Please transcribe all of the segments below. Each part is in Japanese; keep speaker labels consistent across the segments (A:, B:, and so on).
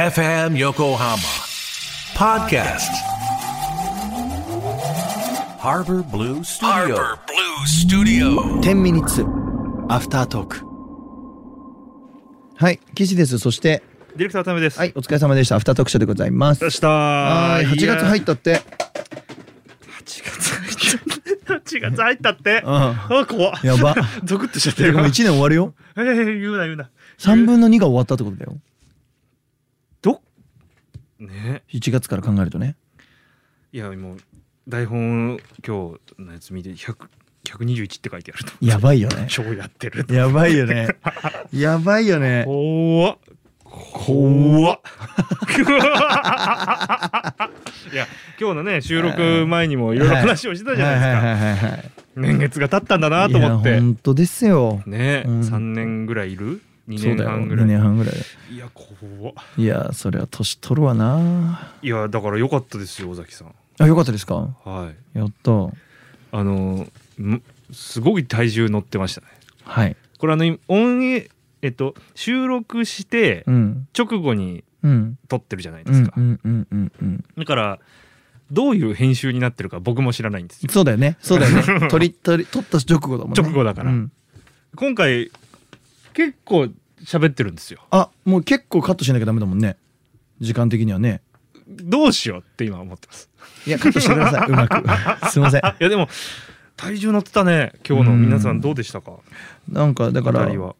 A: FM Yokohama Podcast Harbor Blue Studio
B: Harbor Blue Studio.
C: 10ミニッツアフタートークはい岸ですそして
D: ディレクターためです。
C: はいお疲れ様でしたアフタートークショーでございます
D: でした。
C: は
D: はい
C: 8月入
D: っ
C: ったって
D: た。8月入ったって。
C: ん
D: あ、怖っ
C: やば
D: ゾクッとしちゃって
C: てか
D: る。
C: もう1年終わるよ
D: えー、 言うな言うな。
C: 3分の2が終わったってことだよ
D: どね
C: 1月から考えるとね
D: いや、もう、台本今日のやつ見て、100 121って書いてあると。
C: やばいよね
D: 超 やってる。
C: やばいよねやばいよね
D: 怖っ。怖 っ。いや、今日のね、収録前にもいろいろ話をしてたじゃないです
C: は
D: か。
C: いはいはいはい
D: 年月が経ったんだなと思っ
C: いや
D: て。
C: 本当ですよ
D: ね、
C: うん
D: 3年ぐらいいる
C: そ
D: 2
C: うだ
D: 年
C: よ
D: 半ぐら
C: 2
D: い
C: 年半ぐらい
D: いや怖っ
C: いやそれは年取るわない
D: やだから良かったですよ尾崎さん
C: あよかったですか
D: はい
C: やった
D: あのんすごい体重乗ってましたね
C: はい
D: これあの今オンエえっと収録して
C: うん
D: 直後に
C: うん
D: 撮ってるじゃないで
C: う
D: す
C: ん
D: か、
C: うんうんうんうん
D: だからどういう編集になってるか僕も知らないんですよ
C: そうだよねそうだよね 取り取り取った直後だもんね
D: 直後だから
C: うん
D: 今回結構喋ってるんですよ
C: あもう結構カットしなきゃダメだもんね時間的にはね
D: どうしようって今思ってます
C: いやカットしてくだ さいうまくすいません
D: あいやでも体重乗ってたね今日の皆さんどうでしたか
C: なんかだから
D: 二人は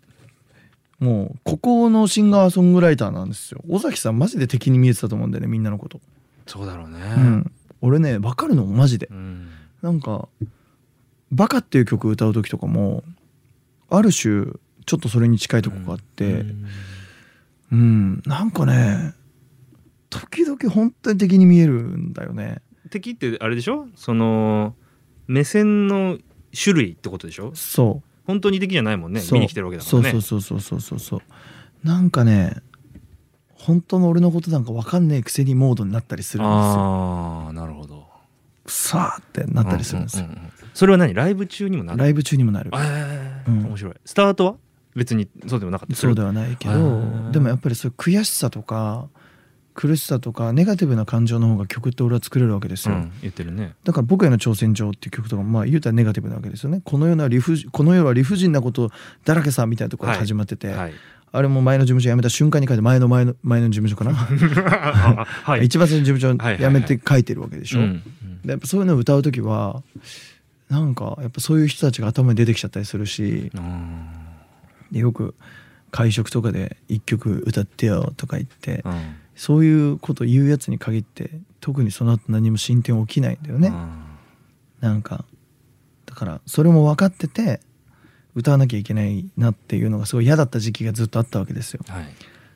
C: もうここのシンガーソングライターなんですよ尾崎さんマジで敵に見えてたと思うんだよねみんなのこと
D: そうだろうね
C: うん俺ねわかるのマジで
D: うん
C: なんか「バカ」っていう曲歌う時とかもある種ちょっとそれに近いとこがあって、うん、なんかね時々本当に敵に見えるんだよね
D: 敵ってあれでしょその目線の種類ってことでしょ
C: そ
D: 本当に敵じゃないもん
C: う
D: ね
C: そう
D: 見に来てるわけだからね
C: そうそうそうそうそうそうそうなんかね本当の俺のことなんか分かんねえくせにモードになったりするんですよ
D: ああなるほど
C: さあってなったりするんですよ、
D: ううううんそれは何ライブ中にもなる
C: ライブ中にもなる
D: え
C: うん
D: 面白いスタートは別にそうでもなかった
C: そうで
D: よ
C: はないけ
D: あ
C: ど
D: ー
C: でもやっぱりそういう悔しさとか苦しさとかネガティブな感情の方が曲って俺は作れるわけですよ、
D: 言ってるね
C: だから「僕への挑戦状」っていう曲とかもまあ言うたらネガティブなわけですよねこの世の理不尽この世は理不尽なことだらけさみたいなところが始まってて、
D: はい
C: あれも前の事務所辞めた瞬間に書いて前の前の前の事務所か な、
D: あはい
C: 一番最初の事務
D: はい
C: 所
D: はいは
C: 辞
D: い
C: めて書いてるわけでしょ、
D: うんうん
C: でやっぱそういうのを歌う時はなんかやっぱそういう人たちが頭に出てきちゃったりするし
D: うん
C: でよく会食とかで「一曲歌ってよ」とか言って
D: うん
C: そういうこと言うやつに限って特にその後何も進展起きないんだよね。なんかだからそれも分かってて歌わなきゃいけないなっていうのがすごい嫌だった時期がずっとあったわけですよ
D: はい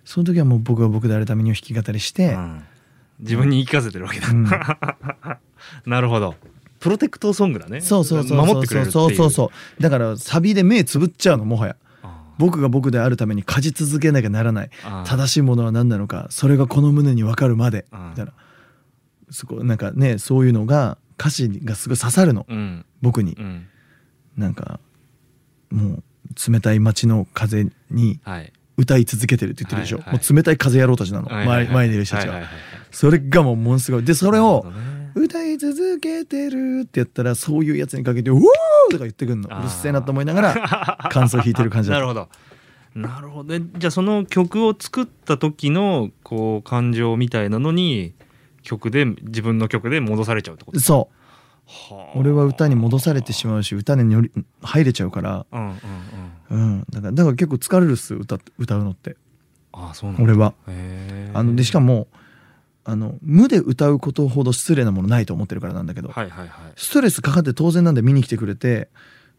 C: その時はもう僕は僕であるためにを弾き語りして、
D: うん自分に言い聞かせてるわけだ、
C: うん
D: なるほどプロテクトソングだね
C: そうそうそう
D: 守
C: そう
D: ってくれ
C: そう
D: るっていう
C: そうそうだからサビで目つぶっちゃうのもはや
D: あ
C: 僕が僕であるために勝ち続けなきゃならない
D: あ
C: 正しいものは何なのかそれがこの胸に分かるまで
D: ああ
C: みたいなすごいなんかねそういうのが歌詞がすごい刺さるの
D: ーうん
C: 僕に
D: うん
C: なんかもう冷たい街の風に
D: はい
C: 歌い続けてるって言ってるでしょ、
D: はいはい
C: もう冷たい風野郎たちなの、
D: はいはいはい
C: 前前にいる人たちは,、
D: はいはいはいはい
C: それがもうものすごいでそれを
D: なるほどね
C: 歌い続けてるってやったらそういうやつにかけて「うおー!」とか言ってくんの
D: あー
C: うるせえなと思いなが ら感想弾いてる感じだ
D: な
C: っ
D: る
C: た
D: ほどなるほどねじゃあその曲を作った時のこう感情みたいなのに曲で自分の曲で戻されちゃうってこと
C: そ
D: は
C: う俺は歌に戻されてしまうし歌により入れちゃうから、
D: うんうんうん
C: うん、だからだから結構疲れるっす歌歌うのって
D: ああそうなんだ
C: 俺は。
D: へー
C: あのでしかもあの無で歌うことほど失礼なものないと思ってるからなんだけど、
D: はいはいはい
C: ストレスかかって当然なんで見に来てくれて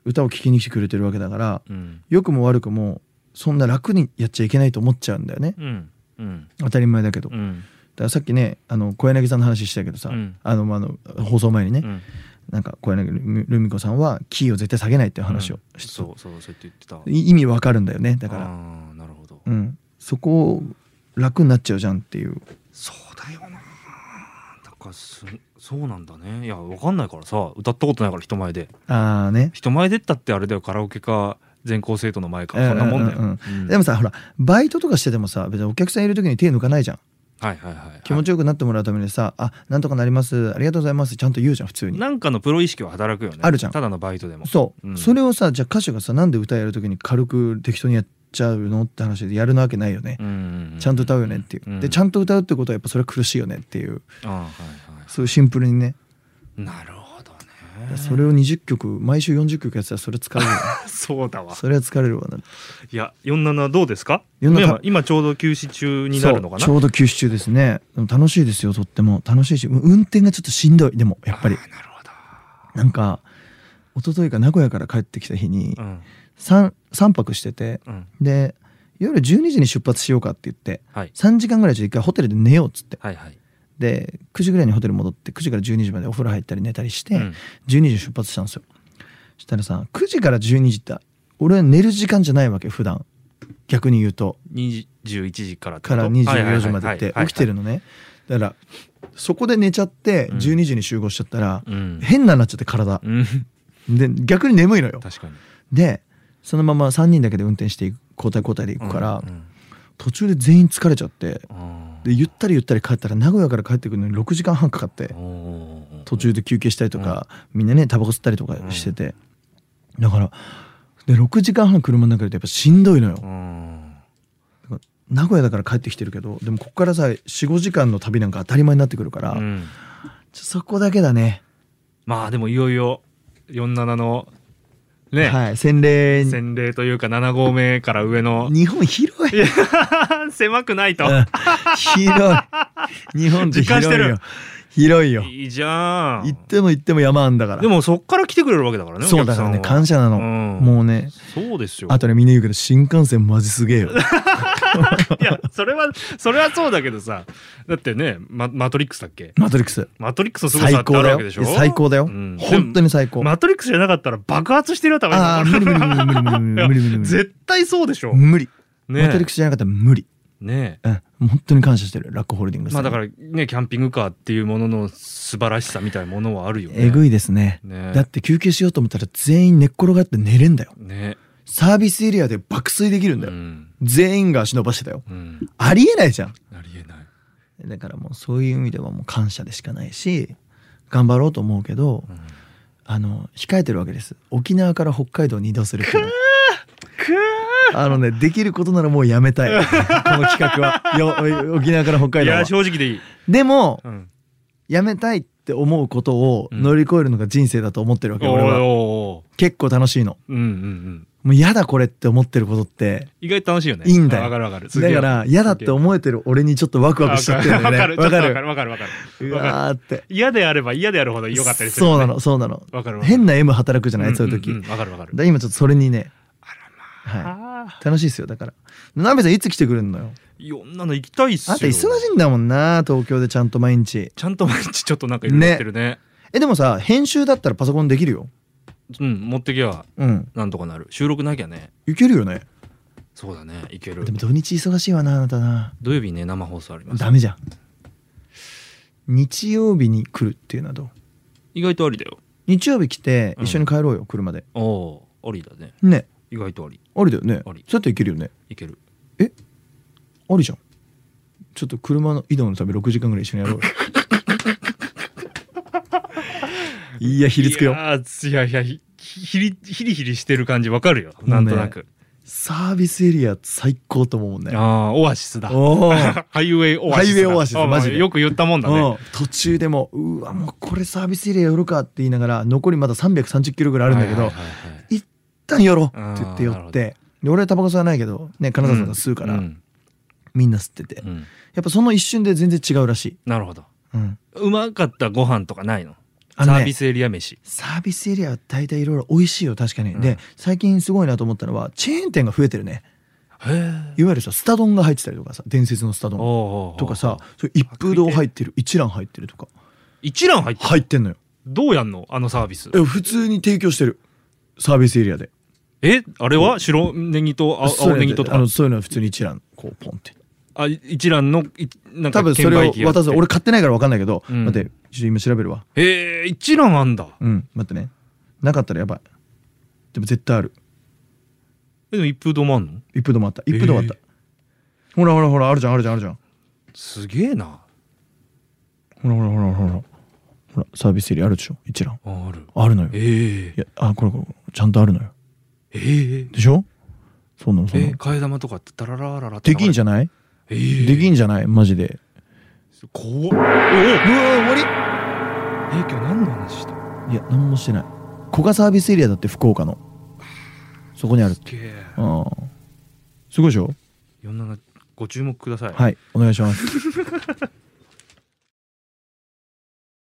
C: 歌を聴きに来てくれてるわけだから
D: うん
C: 良くも悪くもそんな楽にやっちゃいけないと思っちゃうんだよね
D: うんうん
C: 当たり前だけどだ
D: う
C: か
D: ん
C: らさっきねあの小柳さんの話したけどさ、
D: うん
C: あのまああの放送前にね、
D: うん
C: なんか小柳ルミ子さんはキーを絶対下げないっていう話を
D: うん
C: して、
D: そうそうそうやって言ってた
C: い意味わかるんだよねだか
D: あ
C: ら、
D: ーなるほど、
C: うん、そこを楽になっちゃうじゃんっていう
D: そうだよなだからすそうなんだねいやわかんないからさ歌ったことないから人前で
C: ああね、
D: 人前でったってあれだよカラオケか全校生徒の前かそんなもんだよ、
C: うんうんうん
D: うん
C: でもさほらバイトとかしててもさ別にお客さんいる時に手抜かないじゃん
D: はいはいはい
C: 気持ちよくなってもらうためにさ「あなんとかなりますありがとうございます」ちゃんと言うじゃん普通に。
D: なんかのプロ意識は働くよね
C: あるじゃん
D: ただのバイトでも
C: そう、
D: うん
C: それをさじゃあ歌手がさなんで歌やる時に軽く適当にやっちゃうのって話でやるなわけないよね、
D: うん
C: ちゃんと歌うよねっていう、
D: うん
C: でちゃんと歌うってことはやっぱそれは苦しいよねっていう
D: あはいは
C: そういうシンプルにね
D: いなるほどね
C: それを20曲毎週40曲やってたらそれ疲 れるよね
D: そうだわ
C: それは疲れるわない
D: や47はどうですか
C: 47
D: 今今ちょうど休止中になるのかな
C: そうちょうど休止中ですねでも楽しいですよとっても楽しいしうん運転がちょっとしんどいでもやっぱり
D: あーなるほ
C: なんか一昨日か名古屋から帰ってきた日に
D: どうん
C: 三三泊してて
D: うん
C: で夜12時に出発しようかって言って
D: はい
C: 3時間ぐらいじゃ一回ホテルで寝ようっつって
D: はいはい
C: で9時ぐらいにホテル戻って9時から12時までお風呂入ったり寝たりして、
D: うん
C: 12時に出発したんですよしたらさ9時から12時って俺は寝る時間じゃないわけ普段逆に言うと
D: 21時からってこ
C: か
D: と
C: ら24時までって起きてる
D: の
C: のねだからそこで寝ちゃって
D: うん
C: 12時に集合しちゃったら、
D: うん
C: 変なになっちゃって体
D: うん
C: で逆に眠いのよ
D: 確かに
C: でそのまま3人だけで運転していく交代交代で行くから、
D: うんうん
C: 途中で全員疲れちゃって
D: あー
C: でゆったりゆったり帰ったら名古屋から帰ってくるのに6時間半かかって
D: おー
C: 途中で休憩したりとか、みんなねタバコ吸ったりとかしてて、だからで6時間半車の中でやっぱしんどいのよ、
D: うん
C: 名古屋だから帰ってきてるけどでもこっからさ45時間の旅なんか当たり前になってくるから、
D: うん
C: ちょそこだけだね
D: まあでもいよいよ47のね、
C: はい洗礼
D: 洗礼というか7合目から上の
C: 日本広い、うん、
D: 狭くないと、
C: 広い日本って
D: 実感し
C: 広
D: て
C: い
D: る
C: よ広いよ
D: いいじゃん
C: 行っても行っても山あんだから
D: でもそっから来てくれるわけだからね
C: そうだからね
D: お客さんは
C: 感謝なの、
D: うん
C: もうね
D: そうですよ
C: あとねみんな言うけど新幹線マジすげえよ
D: いやそれはそれはそうだけどさだってねママトリックスだっけ
C: マトリックス
D: マトリックスの凄さ
C: 最
D: ってあ
C: 高だ
D: るわ
C: よ
D: けでしょ
C: 最高だよ、
D: うん
C: 本当に最高
D: マトリックスじゃなかったら爆発してるよ多分
C: ああ無理無理無理無理無理無理無理無理無理
D: 絶対そうでしょ、
C: 無理、
D: ね
C: マトリックスじゃなかったら無理、
D: ね
C: うん、もう本当に感謝してるラックホールディングス
D: まあだかららねキャンピングカーっていうものの素晴らしさみたいなものはあるよね
C: えぐいですね
D: ね
C: だって休憩しようと思ったら全員寝っ転がって寝れんだよ
D: ね
C: サービスエリアで爆睡できるんだ
D: う
C: よ、
D: ん、
C: 全員が足伸ばしてたよ
D: うん、
C: ありえないじゃん
D: ありえない
C: だからもうそういう意味ではもう感謝でしかないし頑張ろうと思うけど、あの控えてるわけです沖縄から北海道に移動する からあのねできることならもうやめたいこの企画はよ沖縄から北海
D: い
C: 道は
D: や正直でいい、
C: でも
D: うん、
C: やめたいって思うことを
D: うん
C: 乗り越えるのが人生だと思ってるわ
D: お
C: け、
D: ーお
C: 俺は
D: ーお
C: 結構楽しいの
D: ーうんうんうん
C: もう嫌だこれって思ってることって
D: 意外と楽しいよね
C: いいんだよ
D: わかるわかるすげ
C: だ
D: え
C: から嫌だって思えてる俺にちょっとワクワクしちゃってるんだ
D: わか
C: よね
D: るわかる
C: わ
D: わ
C: かる
D: かるわかるわか
C: う
D: るわかる
C: わーって
D: 嫌であれば嫌であるほど良かったりする
C: そう
D: よね
C: なのそうなの
D: わかるわかる
C: 変な M 働くじゃないそういう時、
D: んんんわかるわかる
C: だ今ちょっとそれにねはい
D: あ
C: 楽しいですよだからなべさんいつ来てくれるのよ
D: ーいろんなの行きたいっすよ
C: あんた忙しいんだもんな東京でちゃんと毎日
D: ちゃんと毎日ちょっとなんかいろいろやってるね
C: えでもさ編集だったらパソコンできるよ
D: うん持ってきゃ
C: うん
D: なんとかなる収録なきゃね
C: いけるよね
D: そうだねいける
C: でも土日忙しいわなあなたな
D: 土曜日ね生放送あります
C: ダメじゃん日曜日に来るっていうのはどう
D: 意外とありだよ
C: 日曜日来て
D: うん
C: 一緒に帰ろうよ車で、
D: おおありだね
C: ね
D: 意外とあり
C: ありだよね
D: あり
C: そうやっていけるよね
D: いける
C: ありじゃんちょっと車の移動のため6時間ぐらい一緒にやろうよ いやひりつくよ
D: いやーいやいやひひりひりひりしてる感じわかるよなんとなく、
C: サービスエリア最高と思うもんね
D: ああオアシスだ
C: おー
D: ハイウェイオアシスだ
C: ハイウェイオアシス
D: あー
C: マジで
D: よく言ったもんだ
C: うん
D: ね
C: 途中でもううわもうこれサービスエリア寄るかって言いながら残りまだ330キロぐらいあるんだけど、
D: はいはいはいはい
C: 一旦寄ろうって言って寄
D: あ
C: っ
D: ーなるほど
C: てで俺はタバコ吸わないけどね金沢さんが吸うから、
D: うん
C: みんな吸ってて、
D: う
C: や
D: ん
C: っぱその一瞬で全然違うらしい、
D: なるほど
C: うん、
D: うまかったご飯とかないの
C: あのね
D: サービスエリア飯
C: サービスエリアは大体いろいろ美味しいよ確かに、で最近すごいなと思ったのはチェーン店が増えてるね
D: へえ
C: いわゆるさスタ丼が入ってたりとかさ伝説のスタ丼
D: お
C: とかさそれ一風堂入ってる一蘭入ってるとか
D: 一覧入って
C: 入ってんのよ
D: どうやんのあのサービス
C: え普通に提供してるサービスエリアで
D: えあれは白ネギとあ
C: そう
D: 青ネギと
C: あ
D: か
C: のそういうのは普通に一覧こうポンって
D: あ一覧のいなんか
C: 多分それを
D: 券売機が
C: 渡す俺買ってないから分かんないけど、
D: うん
C: 待ってちょっと今調べるわ
D: へえ一覧あんだ
C: うん待ってねなかったらやばいでも絶対ある
D: えでも一風堂もあんの
C: 一風堂もあった一風堂もあった、ほらほらほらあるじゃんあるじゃんあるじゃん
D: すげえな
C: ほらほらほらほらほらほらサービスエリアあるでしょ一覧
D: ある
C: あるのよい
D: ええ
C: やあこれこれちゃんとあるのよ
D: ええ
C: でしょそうなのそうな
D: え
C: の
D: 替え玉とかってタララララ
C: できんじゃ
D: ん、
C: ない
D: え
C: でき
D: ん
C: んじゃないマジで
D: 怖っおおえ
C: うわ終わり
D: 今日何の話した
C: いや何もしてない古賀サービスエリアだって福岡のそこにある
D: すげえ
C: うんすごいでしょ
D: 47ご注目ください
C: はいお願いします